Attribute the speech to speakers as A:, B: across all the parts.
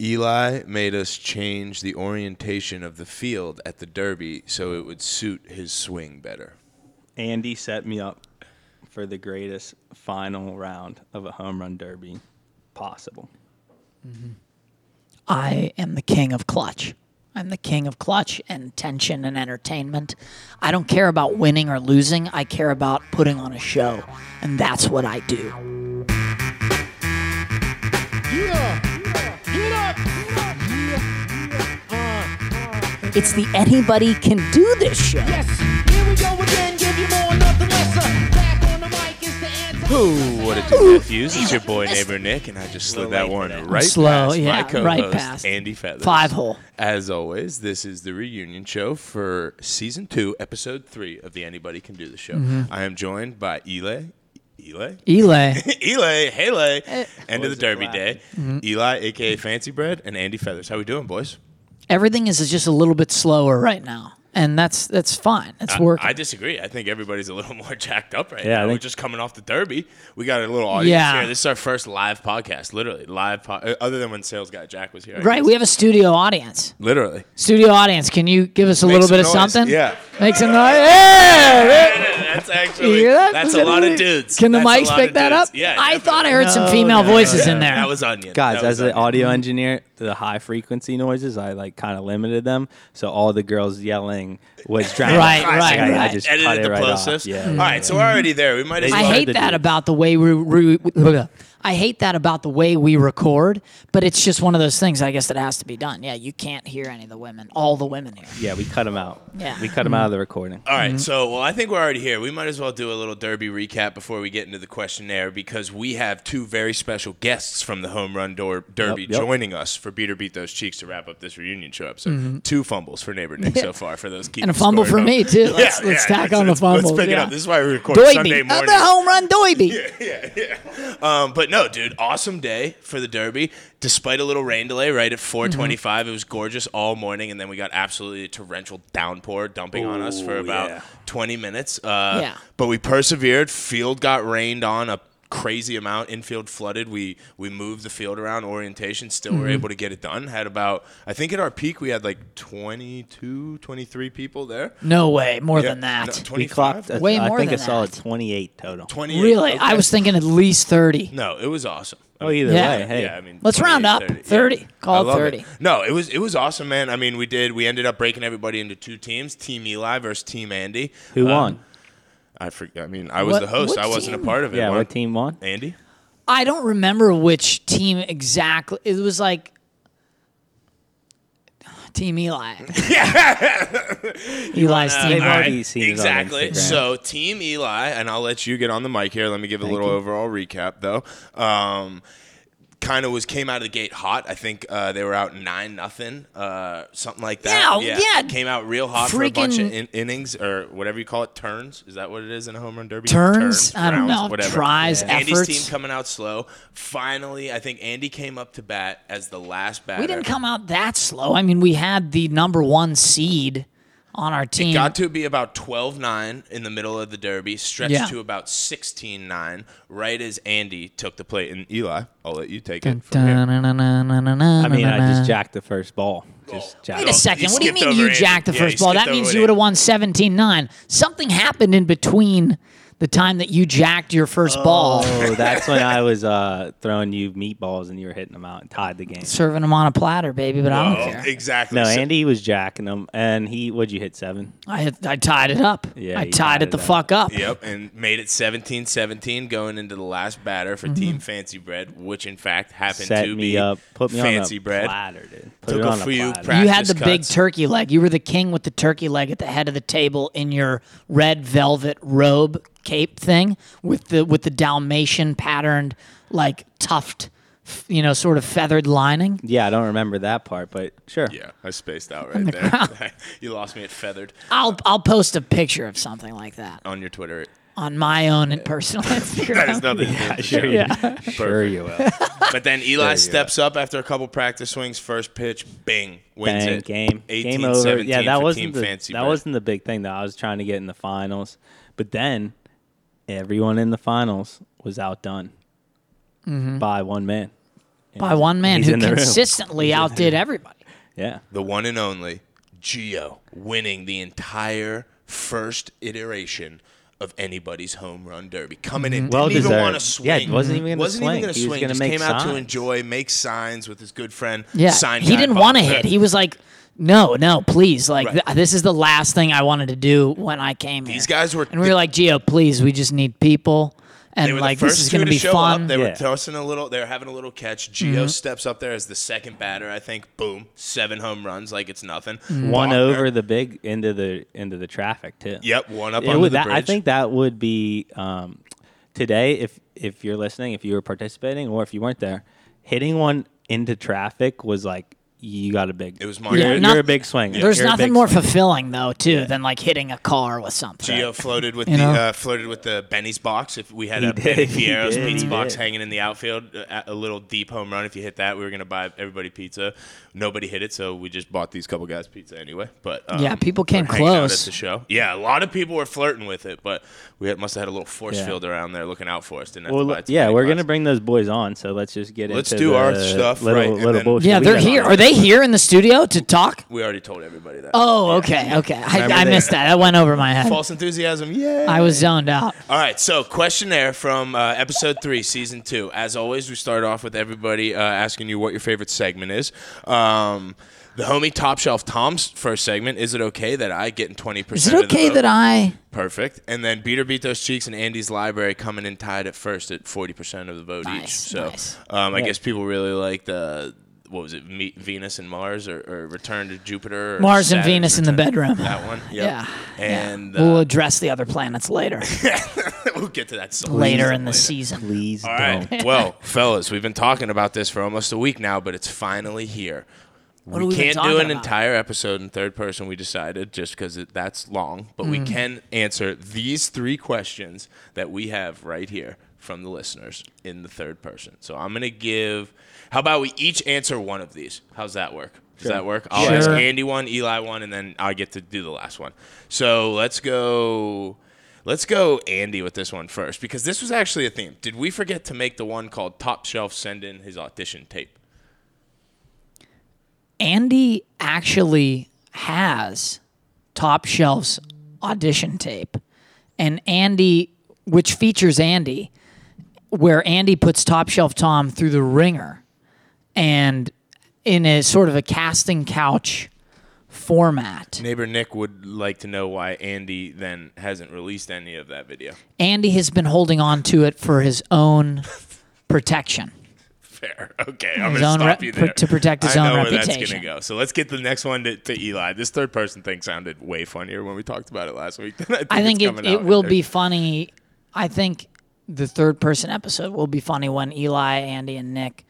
A: Eli made us change the orientation of the field at the Derby so it would suit his swing better.
B: Andy set me up for the greatest final round of a home run derby possible.
C: I am the king of clutch. I'm the king of clutch and tension and entertainment. I don't care about winning or losing. I care about putting on a show. And that's what I do.
D: It's the anybody can do this show.
E: Here we go again, give you more, nothing lesser. Back on the mic is the answer.
A: Ooh, what a do, Matthews. It's your boy neighbor Nick, and I just slid that
B: late
A: one
B: for that.
A: right
C: Slow,
A: past
C: yeah,
A: my co-host
C: right past.
A: Andy Feathers.
C: Five hole.
A: As always, this is the reunion show for season two, episode three of the Anybody Can Do the Show.
C: Mm-hmm.
A: I am joined by Eli, Eli,
C: Eli.
A: Eli,
C: Eh.
A: Hele, end of the
B: Boys are
A: Derby
B: flat.
A: day.
C: Mm-hmm.
A: Eli, aka Fancy Bread, and Andy Feathers. How we doing, boys?
C: Everything is just a little bit slower right now. And that's that's fine. It's working.
A: Uh, I disagree. I think everybody's a little more jacked up right
B: Yeah, I
A: now. We're
B: think-
A: just coming off the Derby. We got a little audience
C: Yeah.
A: here. This is our first live podcast, literally live. Po- uh, other than when Sales Guy Jack was here, I
C: right,
A: guess.
C: we have a studio audience.
A: literally.
C: Studio audience, can you give us a little
A: some
C: bit of
A: noise.
C: something?
A: Yeah.
C: Make some noise. Yeah.
A: That's actually
C: You hear that?
A: that's a
C: Look at
A: lot of
C: it.
A: dudes.
C: Can the
A: That's a
C: mics
A: lot of
C: pick that
A: dudes.
C: up?
A: Yeah,
C: I
A: definitely.
C: thought I heard some female voices in there.
A: That was onion,
B: Guys,
A: That was
B: as an
A: Onion.
B: audio engineer, the high frequency noises I like kind of limited them, so all the girls yelling was drowned.
C: Right,
B: out.
C: right,
B: I, I
C: right.
B: just
A: edited
B: cut it
A: the
B: right off.
A: plosives.
B: Yeah,
A: All right, so we're already there. We might as well.
C: I hate
B: the
C: that
B: dude.
C: about the way we, we, we- I hate that about the way we record, but it's just one of those things I guess that has to be done. Yeah, you can't hear any of the women, all the women here.
B: yeah, we cut them out.
C: Yeah.
B: we cut them out of the recording.
A: All
C: Mm-hmm.
A: right, so well, I think we're already here. We might as well do a little derby recap before we get into the questionnaire because we have two very special guests from the Home Run Dor- Derby
B: Yep, yep.
A: joining us for Beater Beat Those Cheeks to wrap up this reunion show episode. Two fumbles for neighbor Nick so far for those keeping
C: Mm-hmm. And a fumble
A: score
C: for
A: at
C: me
A: home.
C: too. Let's,
A: Yeah,
C: let's
A: yeah,
C: tack
A: let's-
C: on the
A: let's-
C: fumble.
A: Let's pick it
C: yeah.
A: up. This is why we record Sunday
C: Doiby,
A: morning.
C: of the home run Doiby.
A: Um, but no, dude, awesome day for the Derby. Despite a little rain delay, right at
C: Mm-hmm.
A: 425, it was gorgeous all morning, and then we got absolutely a torrential downpour dumping on us for
B: Ooh,
A: about
B: yeah.
A: 20 minutes. Uh,
C: Yeah.
A: But we persevered. Field got rained on a crazy amount. Infield flooded. We we moved the field around orientation. Still
C: Mm-hmm.
A: were able to get it done. Had about, I think at our peak, we had like 22, 23 people there.
C: No way, more
A: Yeah,
C: than
A: no,
C: that.
A: 25?
B: We clocked. a-
C: Way
B: I
C: more
B: think
C: than
B: a solid
C: that.
B: twenty-eight total.
A: 28.
C: really,
A: Okay.
C: I was thinking at least thirty.
A: Oh, No, it was awesome.
B: Oh, either
C: Yeah.
B: way, hey,
A: Yeah, I mean,
C: Let's round
A: 28,
C: up. 30.
A: yeah.
C: Call
A: I
C: it
A: love
C: 30.
A: No, it was it was awesome, man. I mean, we did. We ended up breaking everybody into two teams: Team Eli versus Team Andy.
B: who
A: Uh,
B: won?
A: I forget. I mean, I was
C: What-
A: the host.
C: what
A: I wasn't
C: team?
A: a part of it.
B: Yeah,
A: Won-
B: what team won?
A: Andy.
C: I don't remember which team exactly. It was like Team Eli.
B: They've
C: Eli's team.
B: already seen it on
A: exactly.
B: Instagram.
A: So, Team Eli, and I'll let you get on the mic here. Let me give a little overall recap, though. Um, kind of was came out of the gate hot. I think uh, they were out nine nothing, uh, something like that.
C: Yeah, yeah.
A: Came out real hot for a bunch of
C: Freaking-
A: in- innings or whatever you call it. Turns is that what it is in a home run derby?
C: Turns? I don't know.
A: Whatever.
C: Tries,
A: Andy's
C: efforts.
A: team coming out slow. Finally, I think Andy came up to bat as the last batter.
C: We didn't come out that slow. I mean, we had the number one seed on our team.
A: Got to be about 12 9 in the middle of the derby, stretched
C: Yeah.
A: to about 16 9, right as Andy took the plate. And Eli, I'll let you take it. From here.
C: I
B: I mean, I just jacked the first ball. Just jacked.
C: Wait a
A: he
C: second. What do you
A: skipped
C: mean you
A: over
C: jacked the
A: Andy. Yeah,
C: first
A: he
C: ball? That
A: skipped over
C: means
A: Andy.
C: you would have won 17 9. Something happened in between the time that you jacked your first ball,
B: Oh, that's when I was uh, throwing you meatballs and you were hitting them out and tied the game.
C: serving them on a platter, baby, but I
A: Oh,
C: don't care.
A: exactly.
B: No,
A: So-
B: Andy was jacking them, and he what'd you hit seven?
C: I, had- I tied it up.
B: Yeah,
C: I
B: you
C: tied
B: tied
C: it the
B: it up.
C: fuck up.
A: Yep, and made it 17-17 going into the last batter for Team Fancy Bread, which in fact happened
B: Set
A: to
B: me
A: be
B: up, put me
A: Fancy
B: on a
A: Bread.
B: platter, dude. Put
A: Took
B: it
A: a
B: on
A: few
B: platter.
A: practice-
C: You had the big
A: cuts.
C: turkey leg. You were the king with the turkey leg at the head of the table in your red velvet robe cape thing with the with the Dalmatian patterned like tuft, f- you know, sort of feathered lining.
B: yeah, I don't remember that part, but sure.
A: Yeah, I spaced out right there. you lost me at feathered
C: I'll I'll post a picture of something like that
A: on your Twitter.
C: on my own and personal
A: That is
C: Instagram.
A: nothing. to do with the show.
B: Sure, You, sure you will.
A: But then Eli steps up after a couple practice swings, first pitch, bang, wins
B: Bang,
A: it.
B: game,
A: 18,
B: game over.
A: 17
B: Yeah, that
A: for
B: wasn't
A: Team
B: the
A: Fancy
B: that
A: Bread.
B: wasn't the big thing that I was trying to get in the finals. But then everyone in the finals was outdone by one man.
C: by one man
B: He's
C: who
B: in the room.
C: consistently outdid everybody.
B: Yeah.
A: the one and only Geo winning the entire first iteration of anybody's home run derby. Coming in, didn't
F: Well
A: even
F: deserved.
A: want to swing.
F: Yeah, wasn't even gonna
A: Wasn't
F: swing.
A: even gonna
F: He was
A: swing.
F: gonna
A: Just
F: make
A: came out to
F: signs.
A: enjoy, make signs with his good friend.
C: Yeah,
A: sign
C: he
A: guy
C: didn't
A: Bob
C: want to
A: Pitt.
C: hit. He was like, "No, no, please, like
A: Right.
C: th- this is the last thing I wanted to do when I came here."
A: These guys were-
C: and we were like, "Geo, please, we just need people,
A: They
C: and
A: were
C: like
A: the first
C: this is
A: two
C: going
A: to
C: be
A: show
C: fun." Mm-hmm.
A: Up. They were
F: Yeah.
A: tossing a little. They were having a little catch. Geo steps up there as the second batter. I think. Boom, seven home runs like it's nothing.
B: One
C: Mm-hmm.
A: Wagner-
B: over the big into the into the traffic too.
A: Yep, one up
B: It
A: under
B: would-
A: the
B: that-
A: bridge.
B: I think that would be um, today if if you're listening, if you were participating, or if you weren't there, hitting one into traffic was like you got a big.
A: It was
B: you're,
A: Mario.
B: you're
C: Not-
B: a big swing.
C: There's nothing more fulfilling though, too, than like hitting a car with something.
A: Gio floated with
C: You
A: the
C: know?
A: uh, flirted with the Benny's box. If we had
B: He
A: a
B: did,
A: Benny
B: he
A: Fiero's
B: did,
A: pizza
B: he
A: box
B: did.
A: hanging in the outfield, uh, at a little deep home run. If you hit that, we were gonna buy everybody pizza. Nobody hit it, so we just bought these couple guys pizza anyway. But um,
C: Yeah, people came
A: we're hanging out
C: close.
A: at the show. Yeah, a lot of people were flirting with it, but we had, must have had a little force
B: Yeah.
A: field around there looking out for us. Didn't have
B: Well,
A: to buy
B: look,
A: too
B: yeah,
A: many
B: we're
A: glasses.
B: gonna bring those boys on, so let's just get
A: Let's
B: into
A: do our
B: the
A: stuff,
B: Little,
A: right, and
B: little
A: then-
B: bullshit.
C: Yeah,
B: we
C: they're
B: got on
C: here.
B: it.
C: Are they here in the studio to talk?
A: We already told everybody that.
C: Oh, okay, okay.
B: Remember
C: I, I
B: they-
C: missed that. That went over my head.
A: False enthusiasm. Yeah.
C: I was zoned out.
A: All right, so questionnaire from uh, episode three, season two. As always, we start off with everybody uh, asking you what your favorite segment is. Um, the homie Top Shelf Tom's first segment. Is it okay that I get in twenty
C: Is it
A: percent?
C: okay that I?
A: Perfect. And then Beater beat those cheeks and Andy's library coming in tied at first at forty percent of the vote each.
C: Nice,
A: So
C: nice.
A: um, I guess people really like the what was it, Meet Venus and Mars or, or Return to Jupiter? Or
C: Mars and
A: Saturn's
C: Venus in the
A: Return-
C: bedroom.
A: That one. Yep.
C: Yeah.
A: And
C: We'll
A: uh,
C: address the other planets later,
A: we'll get to that some-
C: later in the
A: later.
C: season.
B: Please
A: All
B: don't.
A: right. well, fellas, we've been talking about this for almost a week now, but it's finally here.
C: have
A: we
C: we been
A: can't do
C: talking
A: an
C: about?
A: entire episode in third person, we decided, just because that's long, but
C: Hmm.
A: we can answer these three questions that we have right here from the listeners in the third person. So I'm going to give, how about we each answer one of these? How's that work? Does that work? I'll ask
C: Sure.
A: Andy one, Eli one, and then I get to do the last one. So let's go. Let's go Andy with this one first because this was actually a theme. Did we forget to make the one called Top Shelf send in his audition tape?
C: Andy actually has Top Shelf's audition tape, and Andy, which features Andy, where Andy puts Top Shelf Tom through the ringer, and in a sort of a casting couch format.
A: Neighbor Nick would like to know why Andy then hasn't released any of that video.
C: Andy has been holding on to it for his own protection.
A: Fair. Okay, I'm
C: His
A: gonna
C: own
A: stop
C: re-
A: you
C: pr-
A: there.
C: to protect his
A: I
C: own
A: know where that's
C: reputation.
A: gonna go. So let's get the next one to, to Eli. This third person thing sounded way funnier when we talked about it last week. than
C: I think
A: it's
C: it,
A: coming
C: it
A: out.
C: will be funny. I think the third person episode will be funny when Eli, Andy, and Nick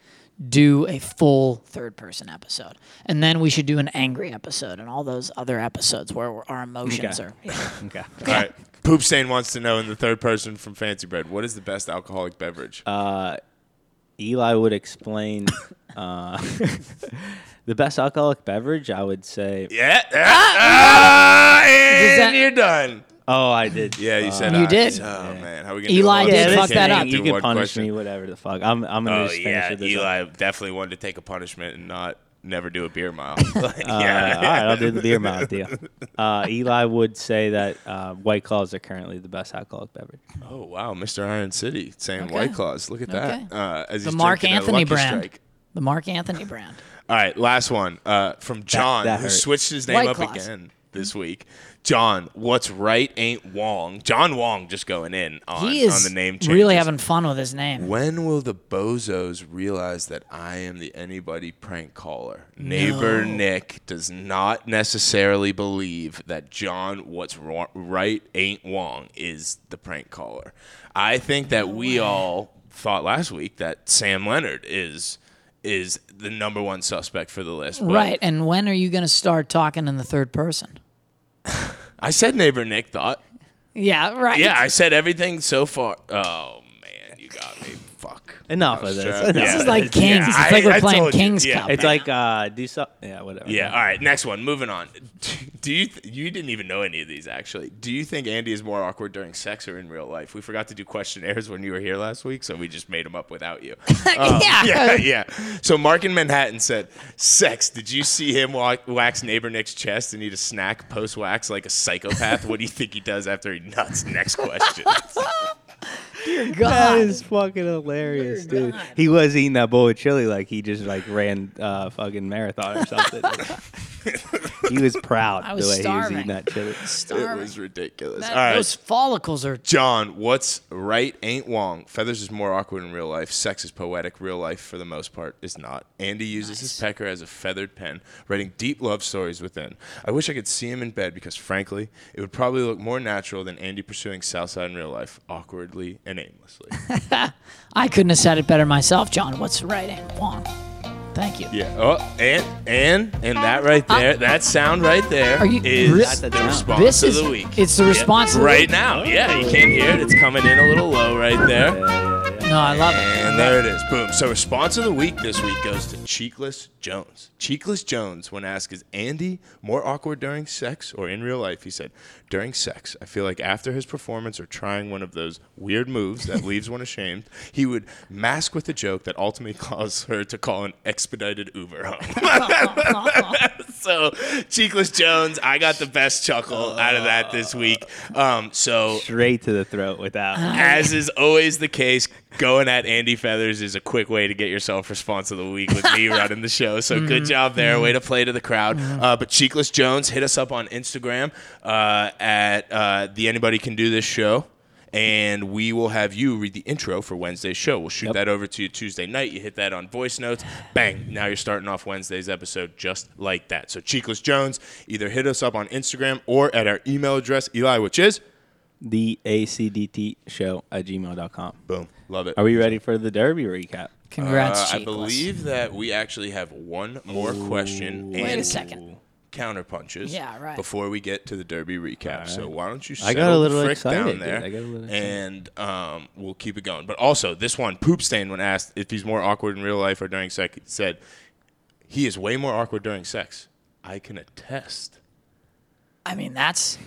C: do a full third person episode. And then we should do an angry episode and all those other episodes where we're- our emotions
B: Okay.
C: are. yeah.
B: Okay.
A: All right. Poop Stain wants to know in the third person from Fancy Bread, what is the best alcoholic beverage?
C: Uh,
B: Eli would explain uh, the best alcoholic beverage. I would say.
A: yeah. Ah, ah, and
C: that- Uh,
A: you're done.
B: Oh, I did.
A: Yeah, you said
C: You
A: ah.
C: did.
A: Oh man, how are we gonna?
C: Eli
A: do
C: did
A: this?
C: fuck
B: this
C: that
B: thing,
C: up.
B: You
A: Do
B: can
A: one
B: punish
A: question.
B: me, whatever the fuck. I'm, I'm gonna
A: Oh
B: just finish
A: yeah,
B: with this.
A: Eli definitely wanted to take a punishment and not never do a beer mile. Like,
B: Uh,
A: yeah.
B: all right, I'll do the beer mouth deal. Uh, Eli would say that uh, White Claws are currently the best alcoholic beverage.
A: Oh wow, Mr. Iron City saying White Claws. Look at that.
C: Okay.
A: Uh, as
C: The
A: he's
C: Mark
A: drinking a
C: Anthony
A: Lucky
C: brand.
A: Strike.
C: The Mark Anthony brand.
A: All right, last one uh, from John,
B: that
A: who
B: hurt.
A: switched his name
C: White
A: up
C: Claws.
A: again this week. John, what's right ain't Wong. John Wong just going in on,
C: He is
A: on the name changes.
C: really having fun with his name.
A: When will the bozos realize that I am the anybody prank caller? Neighbor Nick does not necessarily believe that John, what's wrong, right, ain't wrong, is the prank caller. I think that we all thought last week that Sam Leonard is is the number one suspect for the list. but
C: Right. And when are you going to start talking in the third person?
A: I said neighbor Nick thought.
C: Yeah, right.
A: Yeah, I said everything so far. Oh man, you got me. Fuck.
B: Enough of this.
A: Sure.
B: Enough.
A: Yeah.
C: This is like Kings.
A: Yeah,
C: it's like we're
A: I- I
C: playing
A: told you.
C: Kings
A: Yeah.
C: Cup.
B: It's like uh, do so. Yeah, whatever.
A: Yeah. All right. Next one. Moving on. Do you th- you didn't even know any of these actually? Do you think Andy is more awkward during sex or in real life? We forgot to do questionnaires when you were here last week, so we just made them up without you. Um,
C: Yeah.
A: Yeah. Yeah. So Mark in Manhattan said, "Sex. Did you see him wa- wax neighbor Nick's chest and eat a snack post wax like a psychopath? what do you think he does after he nuts? Next question.
B: That
C: God.
B: is fucking hilarious, dude. He was eating that bowl of chili like he just like ran uh fucking marathon or something. he was proud
C: I was
B: the way
C: starving.
B: he was eating that chili.
A: it
C: Starving.
A: was ridiculous.
C: That-
A: All right.
C: Those follicles are
A: John, what's right ain't wrong. Feathers is more awkward in real life. Sex is poetic. Real life, for the most part, is not. Andy uses his pecker as a feathered pen, writing deep love stories within. I wish I could see him in bed because, frankly, it would probably look more natural than Andy pursuing Southside in real life, awkwardly and aimlessly.
C: I couldn't have said it better myself, John. What's the right hand? Juan. Thank you.
A: yeah. Oh, and and and that right there, that sound right there,
C: Uh, Are you-
A: is the
C: Re-
B: This
A: response
C: this
A: of
C: is-
A: the week.
C: it's the
A: Yeah,
C: response of the
A: right
C: week.
A: now. Yeah, you can't hear it. It's coming in a little low right there.
C: No, I love it.
A: And there it is. Boom. So response of the week this week goes to Cheekless Jones. Cheekless Jones, when asked, is Andy more awkward during sex or in real life? He said, during sex, I feel like after his performance or trying one of those weird moves that leaves one ashamed, he would mask with a joke that ultimately caused her to call an expedited Uber home. so Cheekless Jones, I got the best chuckle out of that this week. Um, so
B: Straight to the throat
C: Uh-huh.
B: without.
A: as is always the case, going at Andy Feathers is a quick way to get yourself response of the week with me running the show. So good job there. Way to play to the crowd. Uh, but Cheekless Jones, hit us up on Instagram uh, at uh, the Anybody Can Do This Show. And we will have you read the intro for Wednesday's show. We'll shoot that over to you Tuesday night. You hit that on voice notes. Bang. Now you're starting off Wednesday's episode just like that. So, Cheekless Jones, either hit us up on Instagram or at our email address, Eli, which is
B: The ACDT show at gmail.com.
A: boom. Love it.
B: Are we ready for the Derby recap?
C: Congrats,
A: Uh, I
C: Cheekless.
A: believe that we actually have one more question and
C: Wait a second.
A: counter punches
C: Yeah, right.
A: before we get to the Derby recap. So why don't you settle
B: I got a little
A: the frick
B: excited,
A: down
B: dude.
A: there
B: I got a little excited.
A: and um, we'll keep it going. But also this one, Poop Stain, when asked if he's more awkward in real life or during sex, said he is way more awkward during sex. I can attest.
C: I mean, that's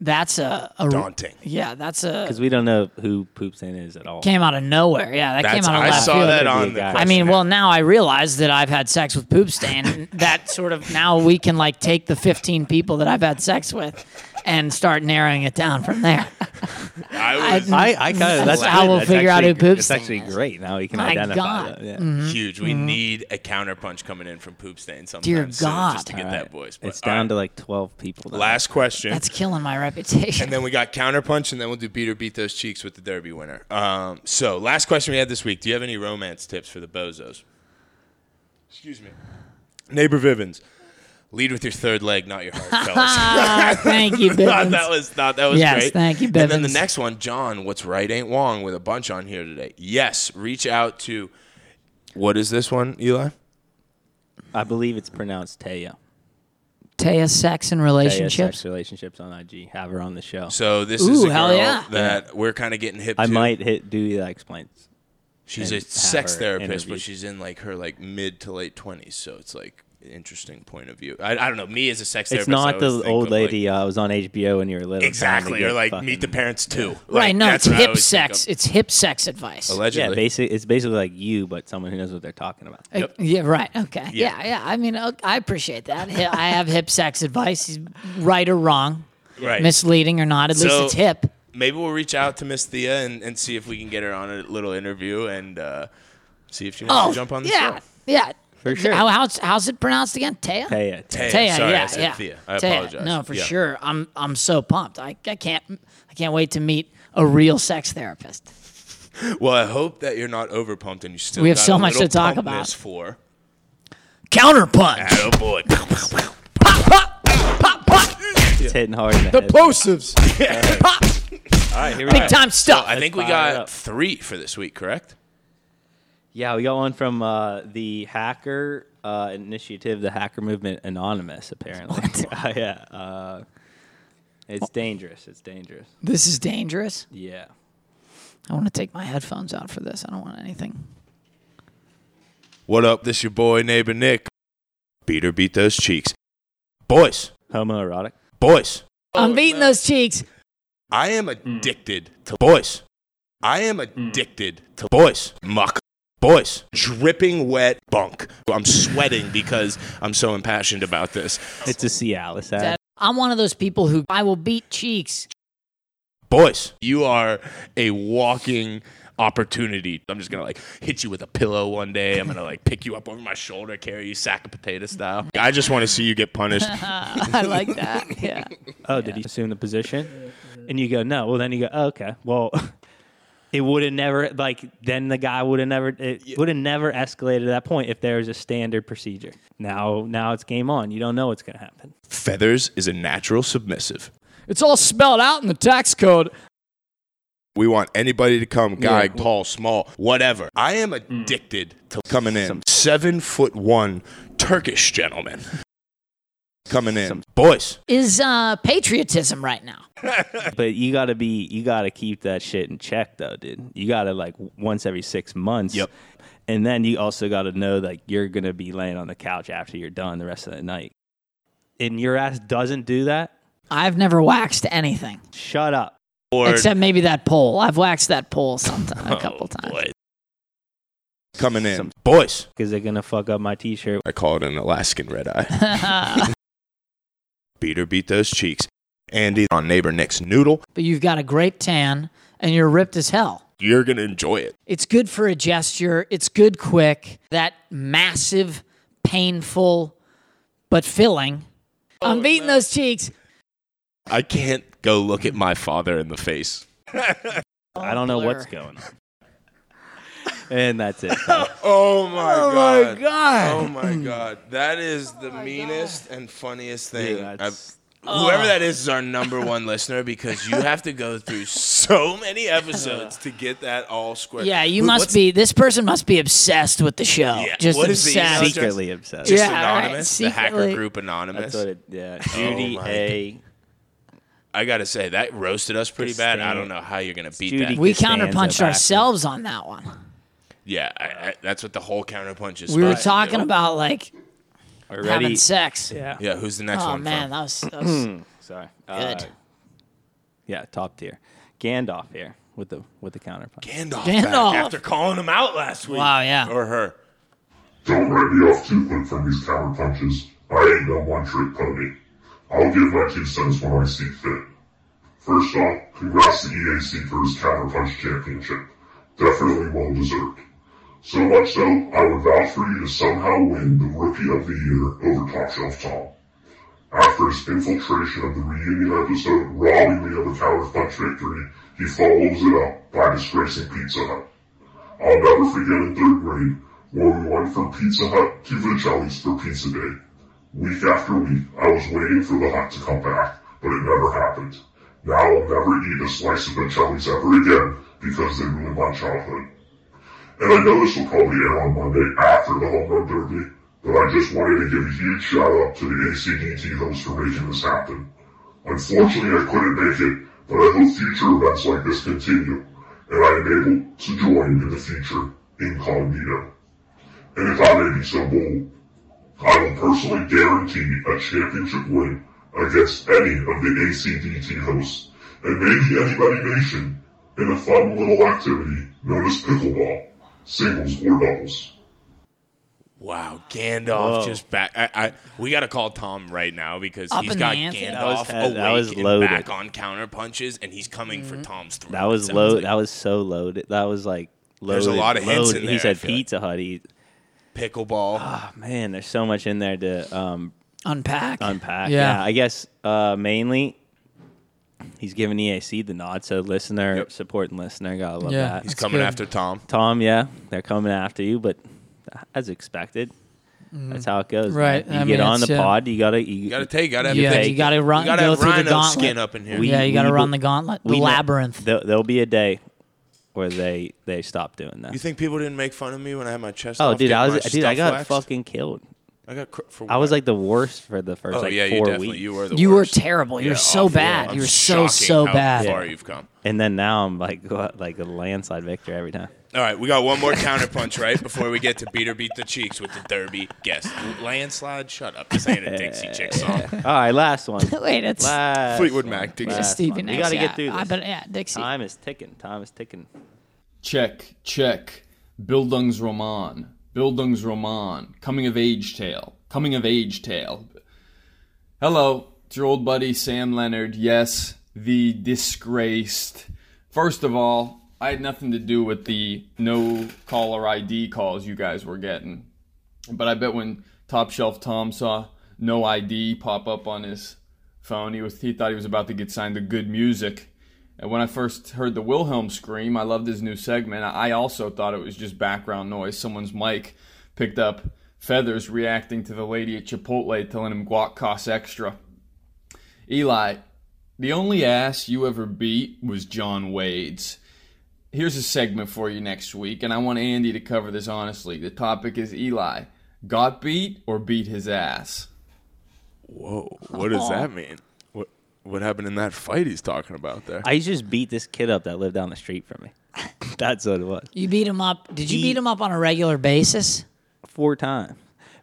C: that's a, a
A: Daunting.
C: Yeah, that's a
B: Because we don't know who Poops in is at all.
C: came out of nowhere. Yeah, that
A: That's,
C: came out of
A: I
C: left
A: saw
C: field.
A: that
B: Gotta be
A: on
B: a
A: the.
B: guy.
C: I mean, well, now I realize that I've had sex with poop stain. and that sort of now we can like take the 15 people that I've had sex with and start narrowing it down from there.
A: questionnaire. I was
B: I, I kind of that's
C: Mm. how
B: good.
C: we'll
B: That's
C: figure out
B: actually
C: who
B: gr-
C: Poops
B: It's
C: Stain
B: actually
C: is. Mm.
B: great. Now we can
C: My
B: identify
C: God.
B: them. Yeah.
A: huge.
C: Mm-hmm.
A: We need a counter punch coming in from Poop Stain sometimes soon
C: God.
A: just to get
B: All
A: that
B: right.
A: voice. But,
B: It's
A: all right.
B: down to like 12 people. now.
A: Last question.
C: That's killing my reputation.
A: and then we got counterpunch, and then we'll do beat or beat those cheeks with the Derby winner. Um, so, last question we had this week: Do you have any romance tips for the bozos? Excuse me, neighbor Vivens. Lead with your third leg, not your heart, fellas.
C: Ah, thank you,
A: thought
C: Bivens.
A: that was thought that was
C: Yes,
A: great.
C: thank you,
A: And then the
C: Bivens.
A: next one, John. What's right ain't wrong with a bunch on here today. Yes, reach out to. What is this one, Eli?
B: I believe it's pronounced Taya.
C: Taya sex and
B: Taya
C: relationships.
B: Sex relationships on IG. Have her on the show.
A: So this
C: Ooh,
A: is a girl
C: hell yeah.
A: that we're kind of getting hip
B: I
A: to.
B: might hit Dewey that explains.
A: She's a
B: and have
A: sex
B: her
A: therapist, but
B: interviewed.
A: she's in like her like mid to late twenties, so it's like an interesting point of view. I, I don't know. Me as a sex
B: It's
A: therapist, I
B: not
A: always
B: the
A: think
B: old
A: of, like-
B: lady uh, was on HBO when you were little. trying to
A: exactly, or
B: get
A: like
B: fucking-
A: meet the parents too. Like,
C: Right, no,
A: that's
C: it's
A: what I
C: hip
A: always think
C: sex.
A: of.
C: It's hip sex advice.
B: Yeah,
A: Allegedly,
B: basic. It's basically like you, but someone who knows what they're talking about.
C: Uh,
A: Yep.
C: Yeah, right. Okay.
A: Yeah.
C: Yeah. yeah, I mean, o- I appreciate that. Hi- I have hip sex advice, right or wrong,
A: right?
C: misleading or not. At
A: So-
C: least it's hip.
A: Maybe we'll reach out to Miss Thea and, and see if we can get her on a little interview and uh, see if she wants
C: Oh,
A: to jump on the
C: yeah,
A: show.
C: yeah.
B: For sure.
C: How, how's how's it pronounced again? Taya.
B: Taya.
A: Taya,
C: Taya,
A: sorry,
C: yeah,
A: I said
C: yeah.
A: Thea. I
C: Taya.
A: apologize.
C: No, for
A: Yeah.
C: sure. I'm I'm so pumped. I, I can't I can't wait to meet a real sex therapist.
A: Well, I hope that you're not overpumped and you still
C: We have
A: got
C: so
A: a
C: much to
A: little
C: talk
A: pumpness
C: about.
A: For
C: Counterpunch.
A: oh boy,
B: It's hitting hard. In the head.
A: plosives.
B: All right, here we go.
C: Big time stuff.
A: I think we
B: fire it
A: got
B: up.
A: three for this week, correct?
B: Yeah, we got one from uh, the hacker uh, initiative, the hacker movement anonymous. Apparently, Uh, yeah, uh, it's dangerous. It's dangerous.
C: this is dangerous.
B: Yeah,
C: I want to take my headphones out for this. I don't want anything.
A: What up? This your boy neighbor Nick. Beater beat those cheeks, boys,
B: Homoerotic.
A: boys.
C: I'm beating those cheeks.
A: I am addicted to boys. Mm. I am addicted to boys. Muck. Boys. Dripping wet bunk. I'm sweating because I'm so impassioned about this.
B: It's a Cialis ad.
C: Dad, I'm one of those people who I will beat cheeks.
A: Boys. You are a walking opportunity. I'm just going to like hit you with a pillow one day. I'm going to like pick you up over my shoulder, carry you sack of potato style. I just want to see you get punished.
C: I like that. Yeah.
B: Oh, did he assume the position? And you go, no. Well, then you go, oh, okay. Well, it would have never like then the guy would have never it would have never escalated to that point if there was a standard procedure. Now, now it's game on. You don't know what's gonna happen.
A: Feathers is a natural submissive.
C: It's all spelled out in the tax code.
A: We want anybody to come, guy, tall, small, whatever. I am addicted to coming in. seven foot one Turkish gentleman coming in. Boys,
C: Is uh, patriotism right now.
B: But you gotta be, you gotta keep that shit in check, though, dude. You gotta like once every six months.
A: Yep.
B: And then you also gotta know like you're gonna be laying on the couch after you're done the rest of the night. And your ass doesn't do that.
C: I've never waxed anything
B: Shut up.
A: or
C: except maybe that pole. I've waxed that pole sometime, a couple times.
A: boy. coming in. boys.
B: Cause they're gonna fuck up my t-shirt.
A: I call it an Alaskan red eye. Beater beat those cheeks. Andy on neighbor Nick's noodle.
C: But you've got a great tan and you're ripped as hell.
A: You're gonna enjoy it.
C: It's good for a gesture. It's good quick. That massive, painful, but filling. I'm beating those cheeks.
A: I can't go look at my father in the face.
B: I don't know
C: Blur.
B: what's going on. and that's it.
A: Oh my
C: Oh my
A: god.
C: God. God.
A: Oh my god. That is the meanest and funniest thing.
B: Yeah,
A: I've,
B: that's-
A: whoever that is is our number one listener because you have to go through so many episodes to get that all squared.
C: Yeah, you
A: Who-
C: must
A: what's-
C: be. This person must be obsessed with the show.
A: Yeah,
C: Just
A: what is the
C: obsessed.
A: email address?
B: Secretly obsessed.
A: Just
C: Yeah, right,
A: anonymous, the hacker
C: secretly.
A: group anonymous.
B: That's what it, yeah.
A: Oh
B: Judy
A: my
B: A.
A: I gotta say that roasted us pretty bad. I
B: Stand-
A: don't know how you're gonna beat
B: Judy-
A: that.
C: we
B: Costanza
C: counterpunched
B: back.
C: ourselves on that one.
A: Yeah, I, I, that's what the whole counterpunch is.
C: We were
A: supposed to
C: talking
A: do.
C: about like having
B: Already.
C: sex.
A: Yeah, who's the next
C: Oh
A: one?
C: man,
A: from?
C: that was, that was
B: Sorry. Uh,
C: good.
B: yeah, top tier. Gandalf here with the with the counterpunch.
A: Gandalf.
C: Gandalf.
A: Back after calling him out last week.
C: Wow, yeah.
A: Or her.
F: Don't write me off too quick from these counter punches. I ain't no one trick pony. I'll give my two cents when I see fit. First off, congrats to EAC for his counter punch championship. Definitely well deserved. So much so, I would vouch for you to somehow win the Rookie of the Year over Top Shelf Tom. After his infiltration of the reunion episode robbing me of the counter punch victory, he follows it up by disgracing Pizza Hut. I'll never forget in third grade when we went from Pizza Hut to Vicelli's for Pizza Day. Week after week, I was waiting for the hut to come back, but it never happened. Now I'll never eat a slice of Vicelli's ever again because they ruined my childhood. And I know this will probably air on Monday after the home run derby, but I just wanted to give a huge shout out to the ACDT hosts for making this happen. Unfortunately, I couldn't make it, but I hope future events like this continue, and I am able to join in the future incognito. And if I may be so bold, I will personally guarantee a championship win against any of the ACDT hosts, and maybe anybody nation, in a fun little activity known as pickleball, singles or doubles.
A: Wow, Gandalf
B: Whoa.
A: just back. I, I we got to call Tom right now because
C: Up
A: he's
C: in
A: got
C: the ante.
A: Gandalf
B: That was- that
A: awake
B: was
A: and
B: loaded.
A: back on counter punches, and he's coming
C: Mm-hmm.
A: for Tom's throat.
B: That
A: it
B: was
A: sounds
B: low.
A: like.
B: that was so loaded. That was like loaded.
A: There's a lot of hints
B: loaded.
A: in there,
B: He
A: I
B: said
A: feel like.
B: Pizza Hut. He,
A: pickleball.
B: oh, man, there's so much in there to um,
C: Unpack.
B: unpack.
C: Yeah.
B: I guess uh, mainly he's giving EAC the nod. So listener
A: Yep.
B: support and listener, gotta love
C: Yeah.
B: that.
A: he's
C: that's
A: coming
C: good.
A: after Tom.
B: Tom, yeah, they're coming after you, but as expected, that's how it goes.
C: Mm-hmm. Right,
B: man. You
C: I
B: get
C: mean,
B: on the
C: it's, yeah.
B: pod, you gotta, you,
A: You gotta take. Gotta have
C: Yeah,
A: take.
C: you gotta run-
A: You gotta
C: go
A: have
C: through the
A: rhino
C: gauntlet.
A: skin up in here.
B: We-
C: yeah, you got to
B: we-
C: run the gauntlet, the
B: we know-
C: labyrinth.
B: There, there'll be a day where they they stop doing that.
A: you think people didn't make fun of me when I had my chest?
B: oh,
A: off,
B: dude, I
A: getting
B: was,
A: my
B: dude, I
A: stuff
B: got
A: waxed?
B: fucking killed.
A: I got cr- for
B: I was
A: what?
B: like the worst for the first
A: oh
B: like
A: yeah, you
B: four
A: definitely
B: weeks,
A: you were the
C: You were
A: worst.
C: terrible. You were so
A: awful.
C: bad.
A: I'm
C: You were so,
A: shocking
C: so
A: how
C: bad.
A: Far you've come.
B: and then now I'm like go- like a landslide victor every time.
A: All right, we got one more counterpunch, right? Before we get to beat or beat the cheeks with the derby guest. Landslide, shut up. This ain't a Dixie Chick song.
B: All right, last one.
C: Wait, it's
B: Last
A: Fleetwood
B: one.
A: Mac, Dixie.
B: Last
C: Stevie
B: one. We
C: Nicks,
B: got to
C: yeah.
B: get through
C: I
B: this. Uh,
C: bet, yeah, Dixie.
B: Time is ticking. Time is ticking.
G: Check, check. Bildungsroman. Bildungsroman. Coming of age tale. Coming of age tale. Hello, it's your old buddy Sam Leonard. Yes, the disgraced. First of all, I had nothing to do with the no caller ID calls you guys were getting. But I bet when Top Shelf Tom saw no ID pop up on his phone, he was he thought he was about to get signed to good music. And when I first heard the Wilhelm scream, I loved his new segment. I also thought it was just background noise. Someone's mic picked up Feathers reacting to the lady at Chipotle telling him guac costs extra. Eli, the only ass you ever beat was John Wade's. Here's a segment for you next week, and I want Andy to cover this honestly. The topic is Eli got beat or beat his ass?
A: Whoa, what does that mean? What what happened in that fight he's talking about there?
B: I used to just beat this kid up that lived down the street from me. That's what it was.
C: You beat him up. Did you beat him up on a regular basis?
B: Four times.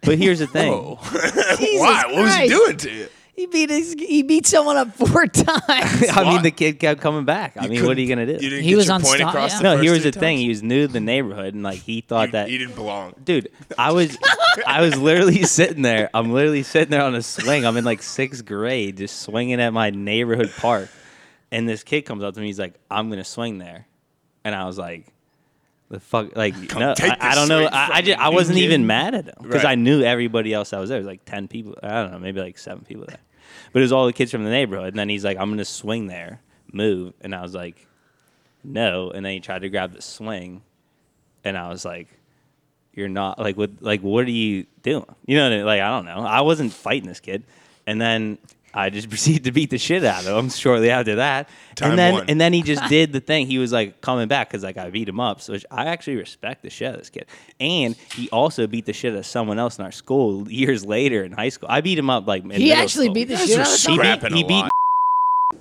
B: But here's the thing.
A: Why? What was he
C: Christ.
A: doing to you?
C: He beat his, he beat someone up four times.
B: I mean,
A: Why?
B: the kid kept coming back. I mean, what are you gonna do?
A: You didn't
C: He
A: get
C: was
A: your
C: on
A: point
C: stop-
A: across
C: yeah.
A: the
B: no,
A: first
B: here's the
A: three
B: thing.
A: times?
B: He was new to the neighborhood, and like he thought that.
A: You didn't belong.
B: Dude, I was, I was literally sitting there. I'm literally sitting there on a swing. I'm in like sixth grade, just swinging at my neighborhood park, and this kid comes up to me. He's like, "I'm gonna swing there," and I was like, "The fuck!" Like, no,
A: take
B: I, I
A: this
B: don't know.
A: swing
B: I, I
A: from
B: just, I
A: me,
B: wasn't
A: kid.
B: even mad at him because
A: Right.
B: I knew everybody else that was there. It was like ten people. I don't know, maybe like seven people there, but it was all the kids from the neighborhood. And then he's like, "I'm gonna swing there, move," and I was like, "No," and then he tried to grab the swing, and I was like you're not like what like what are you doing? You know, what I mean? like I don't know. I wasn't fighting this kid, and then I just proceeded to beat the shit out of him shortly after that.
A: Time
B: and then
A: one.
B: and then he just did the thing. He was like coming back because like I beat him up, so which I actually respect the shit out of this kid. And he also beat the shit out of someone else in our school years later in high school. I beat him up like in
C: he
B: middle
C: actually
B: school.
C: beat the
A: guys
C: shit
A: are
C: out of someone.
A: Scrapping
B: he
A: a
B: beat
A: lot.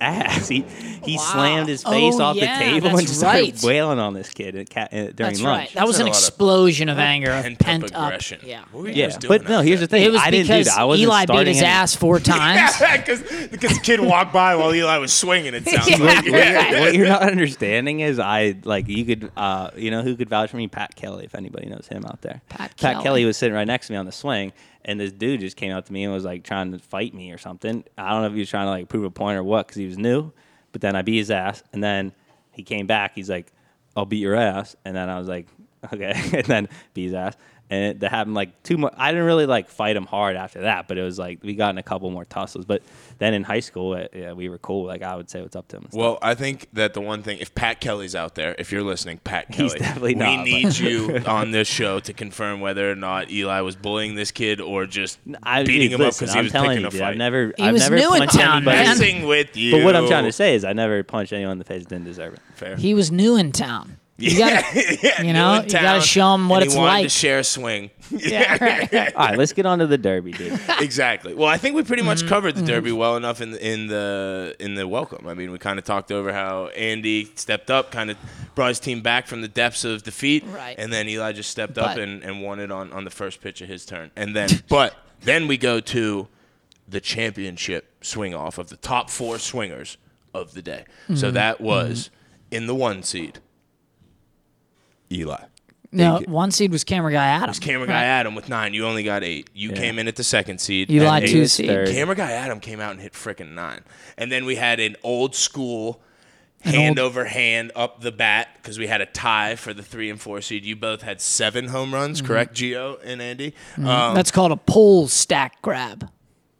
B: ass. He he
C: Wow.
B: slammed his face
C: Oh,
B: off
C: yeah,
B: the table and
C: that's
B: just started
C: right.
B: wailing on this kid at, ca- uh, during
C: That's
B: lunch.
C: right. That was an
A: a lot of
C: explosion of anger, of
A: Pent,
C: pent
A: up
C: up.
A: aggression.
C: Yeah.
A: What were you
B: Yeah,
A: guys doing
B: but no.
A: out
B: Here's the
A: there?
B: thing.
C: It was
B: I didn't do
C: because
B: that. I wasn't
C: Eli beat
B: starting
C: his
B: any-
C: ass four times.
A: because the kid walked by while Eli was swinging. It sounds
C: Yeah.
A: like.
B: what, what you're not understanding is I like you could uh you know who could vouch for me Pat Kelly if anybody knows him out there.
C: Pat
B: Kelly.
C: Kelly.
B: was sitting right next to me on the swing and this dude just came up to me and was like trying to fight me or something. I don't know if he was trying to like prove a point or what cuz he was new, but then I beat his ass and then he came back. He's like, "I'll beat your ass." And then I was like, "Okay." and then beat his ass. And it, that happened like two more. I didn't really like fight him hard after that, but it was like we got in a couple more tussles. But then in high school, uh yeah, we were cool. Like I would say what's up to him. and stuff.
A: Well, I think that the one thing, if Pat Kelly's out there, if you're listening, Pat Kelly,
B: He's definitely
A: we
B: not,
A: need
B: but-
A: you on this show to confirm whether or not Eli was bullying this kid or just
B: I,
A: beating
B: dude,
A: him
B: listen,
A: up because he
B: I'm
A: was
B: telling
A: picking
B: you,
A: a
B: dude,
A: fight.
B: I've never,
C: He
B: I've
C: was
B: never
C: new in
B: punched
C: town,
B: anybody.
C: man.
A: messing with you.
B: But what I'm trying to say is, I never punched anyone in the face that didn't deserve it.
A: Fair.
C: he was new in town. You gotta,
A: Yeah,
C: you know,
A: new in
C: you gotta
A: town,
C: show 'em what
A: and he
C: it's
A: wanted To
C: like.
A: share a swing.
C: yeah, right, right.
B: All right, let's get on to the derby, dude.
A: exactly. Well, I think we pretty
C: Mm-hmm.
A: much covered the Derby well enough in the, in the in the welcome. I mean, we kind of talked over how Andy stepped up, kind of brought his team back from the depths of defeat,
C: Right.
A: and then Eli just stepped up
C: But-
A: and, and won it on, on the first pitch of his turn. And then, but then we go to the championship swing off of the top four swingers of the day. So
C: Mm-hmm.
A: that was in the one seed, Eli.
C: No, one seed was camera guy Adam.
A: Camera guy Adam with nine. You only got eight. You came in at the second seed.
C: You
A: at
C: lied
A: eight.
C: two seed.
B: Third.
A: Camera guy Adam came out and hit frickin' nine. And then we had an old school hand over hand up the bat because we had a tie for the three and four seed. You both had seven home runs,
C: Mm-hmm.
A: correct, Gio and Andy? Um,
C: That's called a pole stack grab.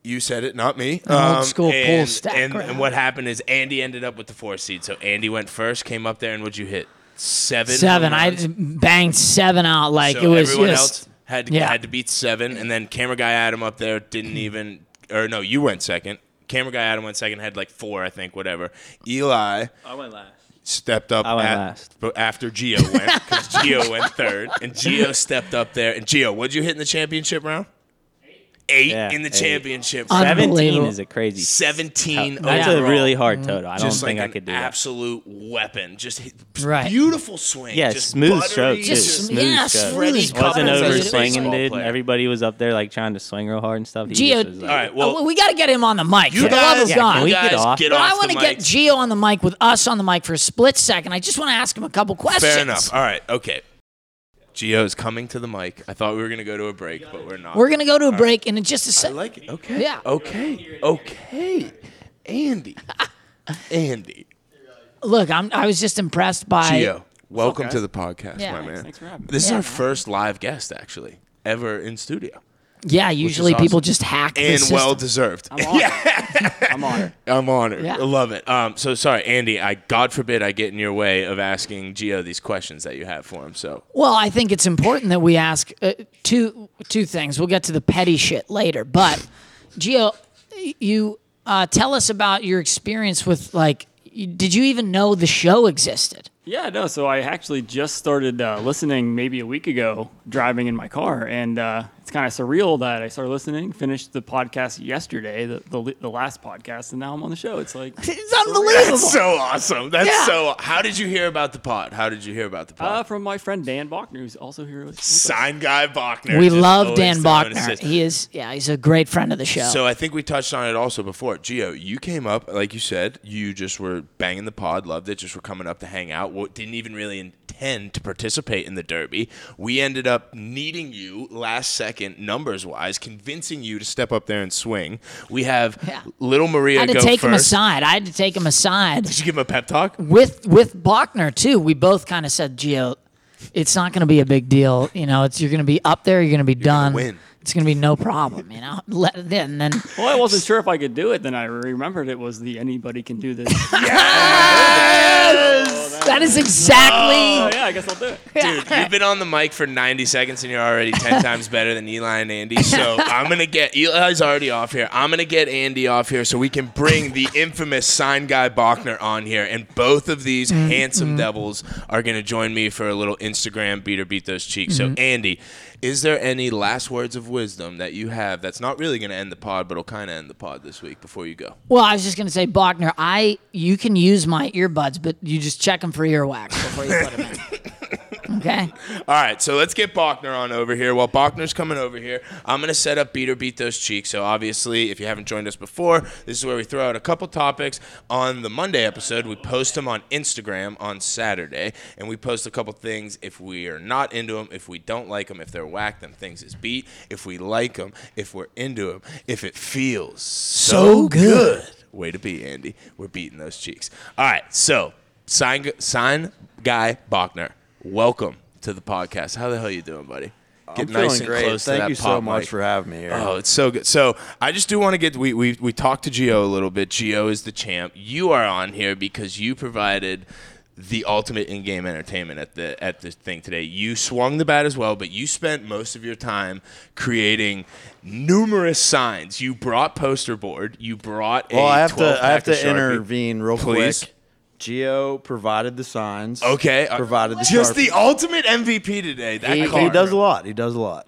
A: you said it, not me. Um,
C: old school pull
A: and,
C: stack
A: And,
C: round.
A: and what happened is Andy ended up with the four seed. So Andy went first, came up there, and what'd you hit? Seven.
C: Seven.
A: home
C: I
A: runs?
C: banged seven out like
A: so
C: it was
A: everyone
C: just.
A: else had to,
C: yeah.
A: had to beat seven, and then camera guy Adam up there didn't even, or no, you went second. Camera guy Adam went second, had like four, I think, whatever. Eli
B: I went last.
A: stepped up
B: I went
A: at-
B: last.
A: but after Gio went because Gio went third, and Gio stepped up there. And Gio, what'd you hit in the championship round? eight
B: Yeah,
A: in the
B: eight.
A: championship.
C: Uh,
B: Seventeen
C: Unbelievable. Mm-hmm.
B: is a crazy.
A: 17
B: That's a
A: overall.
B: really hard total. I don't
A: just
B: think
A: like
B: I could
A: an
B: do that.
A: absolute weapon. Just hit,
C: Right.
A: beautiful swing.
B: Yeah,
A: just
B: smooth
A: buttery,
B: stroke too.
C: Just-
B: smooth
C: yeah,
B: stroke.
C: smooth
A: Freddie
C: stroke.
B: Wasn't
A: Coppins
C: Coppins
B: over
A: is a
B: slinging,
A: baseball
B: dude.
A: player.
B: Everybody was up there like trying to swing real hard and stuff. He
C: Geo-
B: just was, like,
A: All right, well,
C: Oh, we got to get him on the mic.
A: you
C: For the love
A: guys,
C: of God.
B: can
A: you
B: we
A: guys
B: get off?
A: get
B: No,
A: off.
C: But I want
A: the
C: to get
A: mics.
C: Geo on the mic with us on the mic for a split second. I just want to ask him a couple questions.
A: Fair enough. All right, okay. Gio's coming to the mic. I thought we were gonna go to a break, but we're not.
C: We're gonna go to a break and in just a
A: I
C: second.
A: like it. Okay.
C: Yeah.
A: Okay. Okay. Andy. Andy.
C: Look, I'm, I was just impressed by.
A: Gio, welcome to the podcast,
C: Yeah.
A: my man.
C: Thanks,
A: Thanks for having me. This is
C: Yeah,
A: our
C: man.
A: first live guest, actually, ever in studio,
C: Yeah, usually
A: awesome.
C: people just hack
A: and
C: this
A: well deserved. I'm honored.
H: I'm honored.
A: I'm honored.
C: Yeah.
A: I love it. Um, so sorry, Andy. I God forbid I get in your way of asking Gio these questions that you have for him. So
C: Well, I think it's important that we ask uh, two two things. We'll get to the petty shit later, but Gio, you uh, tell us about your experience with like. you- Did you even know the show existed?
H: Yeah, no. So I actually just started uh, listening maybe a week ago, driving in my car, and uh, it's kind of surreal that I started listening, finished the podcast yesterday, the, the the last podcast, and now I'm on the show. It's like
C: It's unbelievable.
A: That's so awesome. That's
C: Yeah.
A: so. How did you hear about the pod? How did you hear about the pod?
H: uh, from my friend Dan Bachner, who's also here. With, with us.
A: Sign guy Bachner.
C: we
A: just
C: love
A: always
C: Dan
A: throwing
C: Bachner.
A: assists.
C: He is, yeah, he's a great friend of the show.
A: So I think we touched on it also before. Gio, you came up, like you said, you just were banging the pod, loved it, just were coming up to hang out. Well, didn't even really intend to participate in the derby. We ended up needing you last second, numbers wise, convincing you to step up there and swing. We have
C: Yeah.
A: little Maria
C: I had to
A: go
C: take him
A: first.
C: aside. I had to take him aside.
A: Did you give him a pep talk?
C: with with Bachner too. We both kind of said, Gio, it's not going to be a big deal. You know, it's you're going to be up there. You're going to be done.
A: win.
C: It's going to be no problem. You know, let it in. And then
H: well, I wasn't sure if I could do it. Then I remembered it was the anybody can do this.
C: that is exactly.
H: oh yeah, I guess I'll do it.
A: Dude, you've been on the mic for 90 seconds and you're already 10 times better than Eli and Andy. So I'm going to get Eli's already off here. I'm going to get Andy off here so we can bring the infamous sign guy Bachner on here. And both of these handsome devils are going to join me for a little Instagram beat or beat those cheeks. So, Andy, is there any last words of wisdom that you have that's not really going to end the pod, but will kind of end the pod this week before you go?
C: Well, I was just going to say, Bachner, I you can use my earbuds, but you just check them for earwax before you put them in. Okay.
A: All right, so let's get Bachner on over here. While Bachner's coming over here, I'm going to set up Beat or Beat Those Cheeks. So, obviously, if you haven't joined us before, this is where we throw out a couple topics. On the Monday episode, we post them on Instagram on Saturday, and we post a couple things if we are not into them, if we don't like them, if they're whack, them things is beat, if we like them, if we're into them, if it feels so,
C: So good.
A: good. Way to be, Andy. We're beating those cheeks. All right, so sign sign guy Bachner, welcome to the podcast. How the hell you doing, buddy?
I: I'm feeling great. Thank you so much for having me here.
A: Oh, it's so good. So I just do want to get we we we talked to Geo a little bit. Geo is the champ. You are on here because you provided the ultimate in-game entertainment at the at the thing today. You swung the bat as well, but you spent most of your time creating numerous signs. You brought poster board. You brought a
I: well, I have to
A: 12-pack
I: I have
A: of
I: to
A: Sharpie.
I: intervene real
A: Please.
I: quick. Geo provided the signs.
A: Okay, I-
I: Provided uh, the
A: just
I: Sharpie.
A: the ultimate MVP today. That
I: he,
A: card.
I: he does a lot. He does a lot.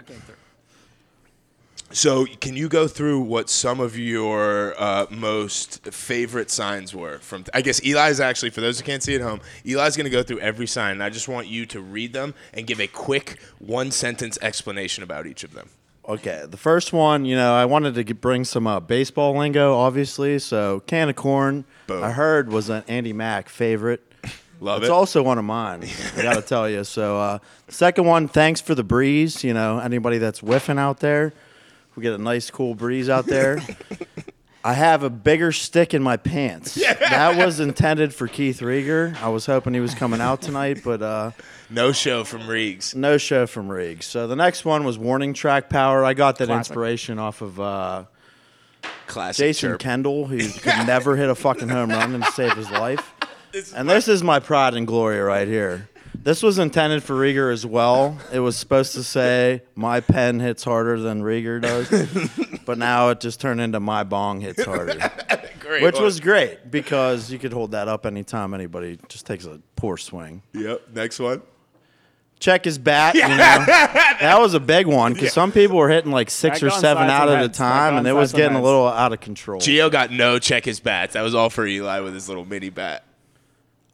A: So, can you go through what some of your uh, most favorite signs were from? I guess Eli's actually, for those who can't see at home, Eli's going to go through every sign, and I just want you to read them and give a quick one sentence explanation about each of them.
I: Okay, the first one, you know, I wanted to get, bring some uh, baseball lingo, obviously. So, can of corn,
A: Boom.
I: I heard was an Andy Mack favorite.
A: Love
I: it's
A: it.
I: also one of mine. I gotta tell you. So, uh, second one, thanks for the breeze. You know, anybody that's whiffing out there, we get a nice cool breeze out there. I have a bigger stick in my pants. That was intended for Keith Rieger. I was hoping he was coming out tonight, but uh,
A: no show from Reeves.
I: no show from Riggs. So the next one was Warning Track Power. I got that inspiration off of uh,
A: Classic.
I: Jason
A: chirp.
I: Kendall, who could never hit a fucking home run and save his life. and this is my pride and glory right here. This was intended for Rieger as well. It was supposed to say, My pen hits harder than Rieger does. but now it just turned into, My bong hits harder.
A: Great
I: Which
A: one.
I: was great because you could hold that up anytime anybody just takes a poor swing.
A: Yep. Next one.
I: check his bat. You know, that was a big one because some people were hitting like six
H: Back
I: or
H: on
I: seven
H: sides
I: out
H: and
I: at a
H: hats. Back
I: time,
H: on
I: and it was
H: sides and
I: getting a
H: hats.
I: little out of control.
A: Gio got no check his bats. That was all for Eli with his little mini bat.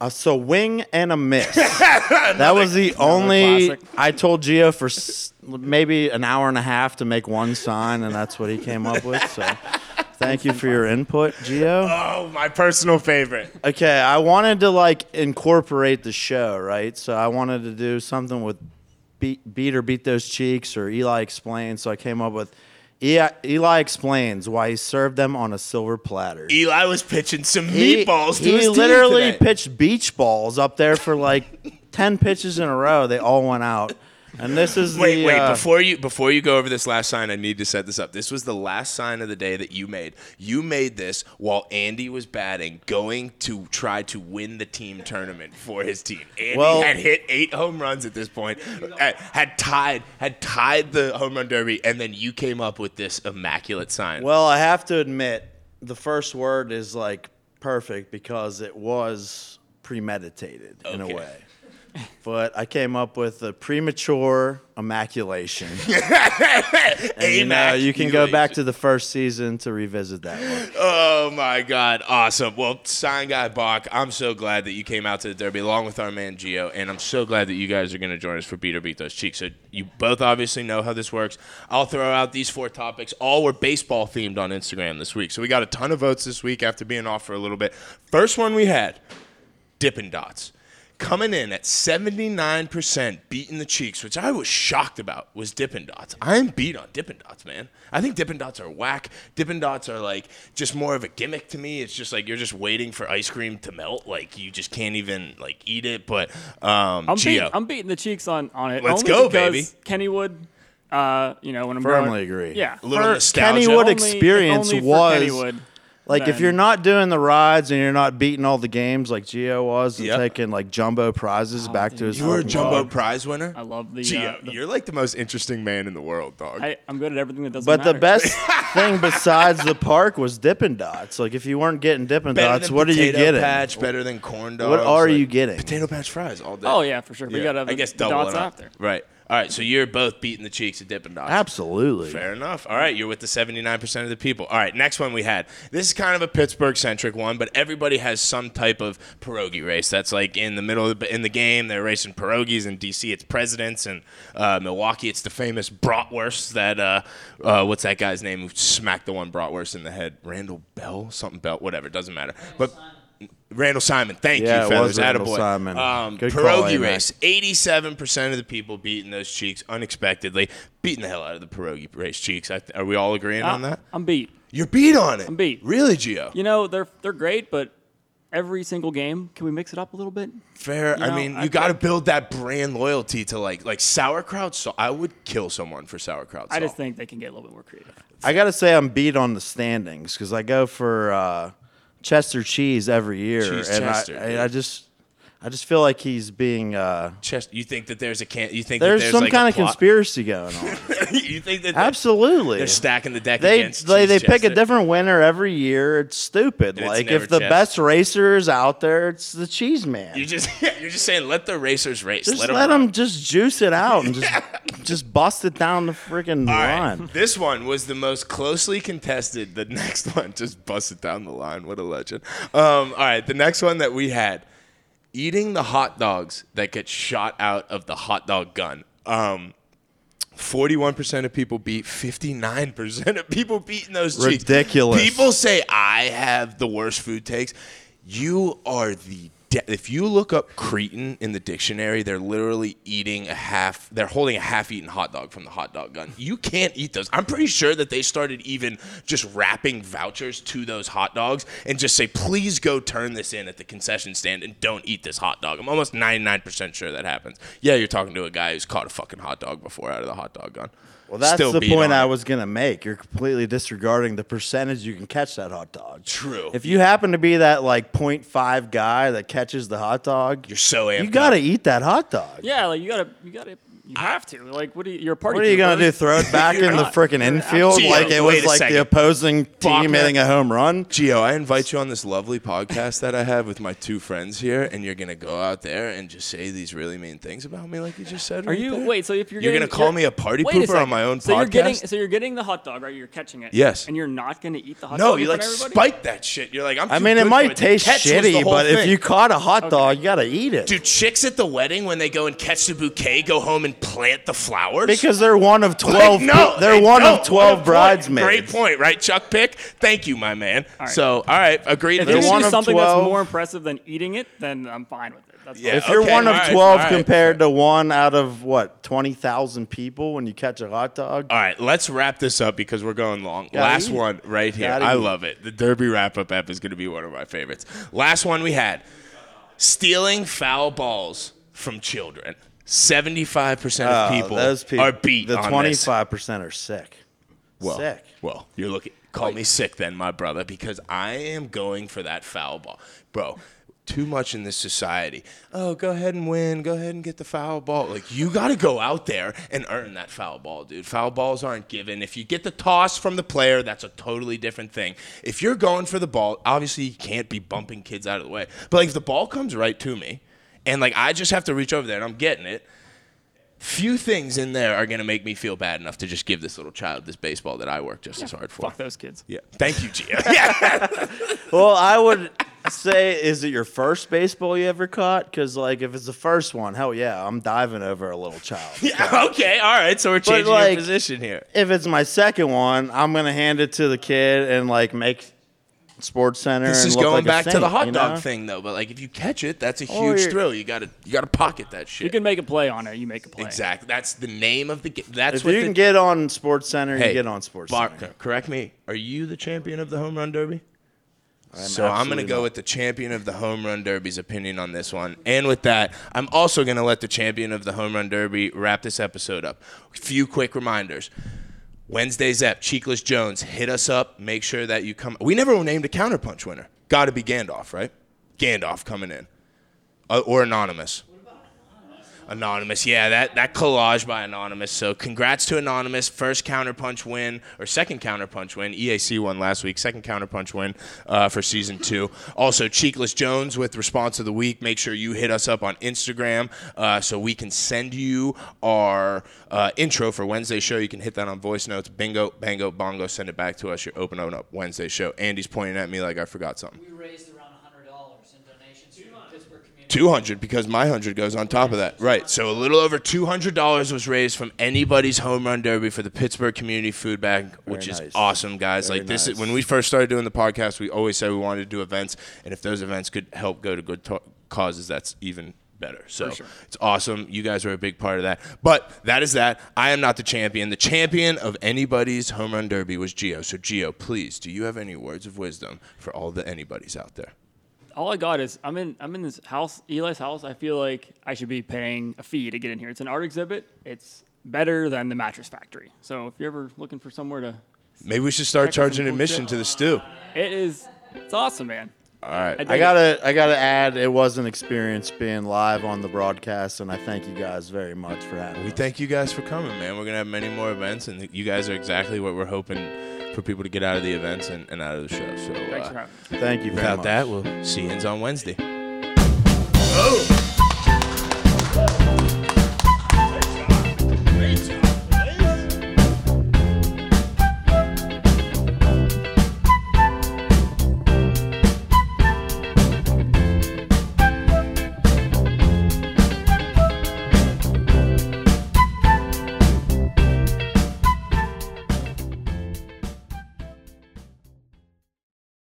I: Uh, so wing and a miss. that was the only.
H: classic.
I: I told Gio for s- maybe an hour and a half to make one sign, and that's what he came up with. So, thank you for your input, Gio.
A: Oh, my personal favorite.
I: Okay, I wanted to like incorporate the show, right? So I wanted to do something with beat, beat or beat those cheeks or Eli explains. So I came up with Eli, Eli explains why he served them on a silver platter.
A: Eli was pitching some
I: He-
A: meatballs
I: He,
A: to his
I: literally
A: team today.
I: pitched beach balls up there for like ten pitches in a row. They all went out, and this is
A: Wait,
I: the,
A: wait!
I: uh,
A: Before you before you go over this last sign, I need to set this up. This was the last sign of the day that you made. You made this while Andy was batting, going to try to win the team tournament for his team. Andy
I: Well-
A: had hit eight home runs at this point, uh, had tied had tied the home run derby, and then you came up with this immaculate sign.
I: Well, I have to admit, the first word is like perfect because it was premeditated in a
A: Okay.
I: way. But I came up with a premature immaculation. And, you know, you can go back to the first season to revisit that one.
A: Oh my God! Awesome. Well, sign guy Bach, I'm so glad that you came out to the derby along with our man Gio, and I'm so glad that you guys are going to join us for Beat or Beat Those Cheeks. So you both obviously know how this works. I'll throw out these four topics. All were baseball themed on Instagram this week, so we got a ton of votes this week after being off for a little bit. First one we had Dippin' Dots. Coming in at 79% beating the cheeks, which I was shocked about, was Dippin' Dots. I am beat on Dippin' Dots, man. I think Dippin' Dots are whack. Dippin' Dots are like just more of a gimmick to me. It's just like you're just waiting for ice cream to melt. Like you just can't even like eat it. But um,
H: I'm,
A: Gio,
H: beating, I'm beating the cheeks on, on it.
A: Let's
H: only
A: go,
H: because Kennywood, uh, you know, when I'm
I: Firmly
H: growing-
I: agree.
H: Yeah.
A: a little
I: for
A: nostalgia.
I: Kennywood
H: Only- if
I: experience
H: only for
I: was-
H: Kennywood,
I: Like if
H: then-
I: you're not doing the rides and you're not beating all the games like Gio was and
A: Yep.
I: taking like jumbo prizes back to his
A: Oh, you were a
I: home
A: jumbo
I: dog.
A: prize winner.
H: I love the, uh,
A: Gio,
H: the-
A: you're like the most interesting man in the world, dog.
H: I, I'm good at everything that doesn't
I: But
H: matter.
I: the best thing besides the park was Dippin' Dots. Like if you weren't getting Dippin'
A: better
I: Dots,
A: than
I: what are you
A: potato
I: getting?
A: Patch better than corn dogs.
I: What are
A: like-
I: you getting?
A: Potato patch fries all day.
H: Oh, yeah, for sure. We
A: Yeah.
H: got to have
A: I
H: the-
A: guess
H: the
A: double
H: dots
A: it up.
H: after.
A: Right. All right. So you're both beating the cheeks at Dippin' Dots.
I: Absolutely.
A: Fair enough. All right, you're with the 79% of the people. All right, next one we had. This is kind of a Pittsburgh centric one, but everybody has some type of pierogi race. That's like in the middle of the, in the game, they're racing pierogies. In DC, it's presidents, and uh, Milwaukee, it's the famous bratwurst that uh, uh, what's that guy's name who smacked the one bratwurst in the head? Randall Bell, something Bell, whatever. Doesn't matter. But Randall Simon, thank
I: Yeah,
A: you,
I: it
A: fellas.
I: was Randall
A: Attaboy.
I: Simon.
A: Um,
I: Good call,
A: pierogi
I: A-Mac.
A: race. 87% of the people beating those cheeks unexpectedly, beating the hell out of the pierogi race cheeks. I, are we all agreeing
I: Ah.
A: on that?
H: I'm beat.
A: You're beat on it. I'm
H: beat.
A: Really, Gio?
H: You know, they're they're great, but every single game, can we mix it up a little bit?
A: Fair.
H: you
A: I
H: know,
A: mean,
H: I
A: you got to build that brand loyalty to like like sauerkraut. So I would kill someone for sauerkraut.
H: I just
A: salt.
H: think they can get a little bit more creative.
I: I gotta say I'm beat on the standings because I go for uh, Chester Cheese every year,
A: Cheese
I: and I-
A: Chester,
I: I,
A: dude.
I: I just, I just feel like he's being. Uh,
A: Chest, you think that there's a can? You think that
I: there's,
A: there's
I: some
A: like, a
I: kind of
A: plot-
I: conspiracy going on.
A: you think that that-
I: Absolutely.
A: they're stacking the deck
I: they
A: against Cheese
I: they, they pick a
A: Chester?
I: different winner every year. It's stupid.
A: it's
I: like
A: never
I: if the
A: Chester.
I: best racer is out there, it's the cheese man.
A: You just you're just saying let the racers race.
I: just
A: let
I: let,
A: them
I: him just juice it out and just just bust it down the freaking
A: All right.
I: line.
A: This one was the most closely contested. The next one just busted down the line. What a legend. Um, all right, the next one that we had eating the hot dogs that get shot out of the hot dog gun. Um, 41% of people beat 59% of people beating those cheeks.
I: Ridiculous.
A: People say I have the worst food takes. You are the de- if you look up Cretan in the dictionary, they're literally eating a half they're holding a half-eaten hot dog from the hot dog gun. You can't eat those. I'm pretty sure that they started even just wrapping vouchers to those hot dogs and just say please go turn this in at the concession stand and don't eat this hot dog. I'm almost 99% sure that happens. Yeah, you're talking to a guy who's caught a fucking hot dog before out of the hot dog gun.
I: Well, that's
A: Still
I: the
A: beat
I: point
A: on
I: I
A: it.
I: was gonna make. You're completely disregarding the percentage you can catch that hot dog.
A: True.
I: If you happen to be that like 0.5 guy that catches the hot dog,
A: You're so amped
I: you gotta
A: up.
I: eat that hot dog.
H: Yeah, like you gotta you gotta You have to. Like, what are you? You're a party.
I: What are you
H: pooper.
I: gonna do? Throw it back in the freaking infield
A: Gio,
I: like it
A: wait
I: was
A: a
I: like
A: second.
I: the opposing
A: man.
I: team hitting a home run?
A: Gio, I invite you on this lovely podcast that I have with my two friends here, and you're gonna go out there and just say these really mean things about me, like you just said.
H: Are you wait? So if you're
A: You're
H: getting,
A: gonna call me a party
H: wait a
A: pooper on
H: second.
A: my own
H: so You're getting,
A: podcast?
H: so you're getting the hot dog right? You're catching it.
A: Yes.
H: And you're not gonna eat the hot
A: No,
H: dog.
A: you
H: in front
A: like
H: of everybody?
A: spike that shit. You're like, I'm.
I: I
A: too
I: mean,
A: good
I: it
A: for
I: might
A: The
I: taste
A: catch was the
I: shitty,
A: whole
I: but if
A: thing.
I: you caught a hot dog, you gotta eat it
A: do chicks at the wedding when they go and catch the bouquet, go home and plant the flowers?
I: because they're one of
A: Like,
I: twelve.
A: no,
I: they're
A: they
I: one
A: don't.
I: of
A: What a
I: twelve
A: point.
I: bridesmaids.
A: Great point, right, Chuck Pick? Thank you, my man.
H: right.
A: So, all right, agreed.
H: If
A: They're
H: you're
I: one
H: gonna do
I: of
H: something
I: 12.
H: that's more impressive than eating it, then I'm fine with it. That's
A: Yeah.
H: fine.
I: If you're
A: Okay,
I: one of
A: all right,
I: twelve
A: all right.
I: compared to one out of what twenty thousand people when you catch a hot dog,
A: All right, let's wrap this up because we're going long.
I: Gotta
A: Last
I: eat it.
A: one right here.
I: Gotta
A: I
I: eat it.
A: love it. The Derby wrap up app is going to be one of my favorites. Last one we had stealing foul balls from children. 75%
I: Oh,
A: of people,
I: those people
A: are beat
I: The
A: on this.
I: twenty-five percent are sick.
A: Well,
I: sick.
A: Well, you're looking. Call me sick then, my brother, because I am going for that foul ball, bro. Too much in this society. Oh, go ahead and win. Go ahead and get the foul ball. Like you got to go out there and earn that foul ball, dude. Foul balls aren't given. If you get the toss from the player, that's a totally different thing. If you're going for the ball, obviously you can't be bumping kids out of the way. But like if the ball comes right to me, and like I just have to reach over there and I'm getting it, few things in there are going to make me feel bad enough to just give this little child this baseball that I work just as hard for.
H: Fuck those kids.
A: Yeah. Thank you, Gio. yeah.
I: Well, I would say, is it your first baseball you ever caught? Because like, if it's the first one, hell yeah, I'm diving over a little child.
A: Yeah, Okay. All right. So we're changing
I: like-
A: your position here.
I: If it's my second one, I'm gonna hand it to the kid and like make Sports Center.
A: This
I: and
A: is
I: look
A: going
I: like a
A: back to
I: saint,
A: the hot
I: you
A: dog
I: know?
A: thing though, but like if you catch it, that's a
I: Oh,
A: huge
I: you're-
A: thrill. You gotta you gotta pocket that shit.
H: You can make a play on it. You make a play.
A: exactly. That's the name of the game. That's
I: If
A: what
I: you
A: the,
I: can get on Sports Center,
A: Hey,
I: you get on Sports
A: Barker,
I: Center.
A: correct me. Are you the champion of the home run derby? so I'm going
I: absolutely
A: to go
I: not.
A: with the champion of the home run derby's opinion on this one. And with that, I'm also going to let the champion of the home run derby wrap this episode up. A few quick reminders. Wednesday's app, Cheekless Jones, hit us up. Make sure that you come. We never named a counterpunch winner. Got to be Gandalf, right? Gandalf coming in. Uh, or Anonymous. Anonymous, yeah, that, that collage by Anonymous. So congrats to Anonymous, first counterpunch win or second counterpunch win. EAC won last week, second counterpunch win uh, for season two. Also, Cheekless Jones with response of the week. Make sure you hit us up on Instagram uh, so we can send you our uh, intro for Wednesday show. You can hit that on voice notes. Bingo, bango, bongo. Send it back to us. You're open on up Wednesday show. Andy's pointing at me like I forgot something.
C: We raised around $100 in donations to the Pittsburgh community.
A: 200 because my 100 goes on top of that. Right. So a little over $200 was raised from anybody's home run derby for the Pittsburgh Community Food Bank, which
I: nice.
A: is awesome, guys.
I: Very
A: like this
I: nice.
A: is when we first started doing the podcast, we always said we wanted to do events, and if those events could help go to good ta- causes, that's even better. So it's awesome. You guys are a big part of that. But that is that. I am not the champion. The champion of anybody's home run derby was Gio. So Gio, please, do you have any words of wisdom for all the anybody's out there?
H: all I got is I'm in I'm in this house, Eli's house. I feel like I should be paying a fee to get in here. It's an art exhibit. It's better than the mattress factory. So if you're ever looking for somewhere to,
A: Maybe we should start
H: Check out some
A: charging
H: cool
A: admission
H: shit.
A: to the stew.
H: it is it's awesome, man.
A: All right.
H: dig
I: I
H: it.
I: gotta, I gotta add, it was an experience being live on the broadcast, and I thank you guys very much for having
A: We
I: me.
A: thank you guys for coming, man. We're gonna have many more events, and you guys are exactly what we're hoping for people to get out of the events and, and out of the show. So,
H: Thanks
A: uh,
H: for having. me.
I: Thank you very
A: without
I: much.
A: that, we'll see you on Wednesday.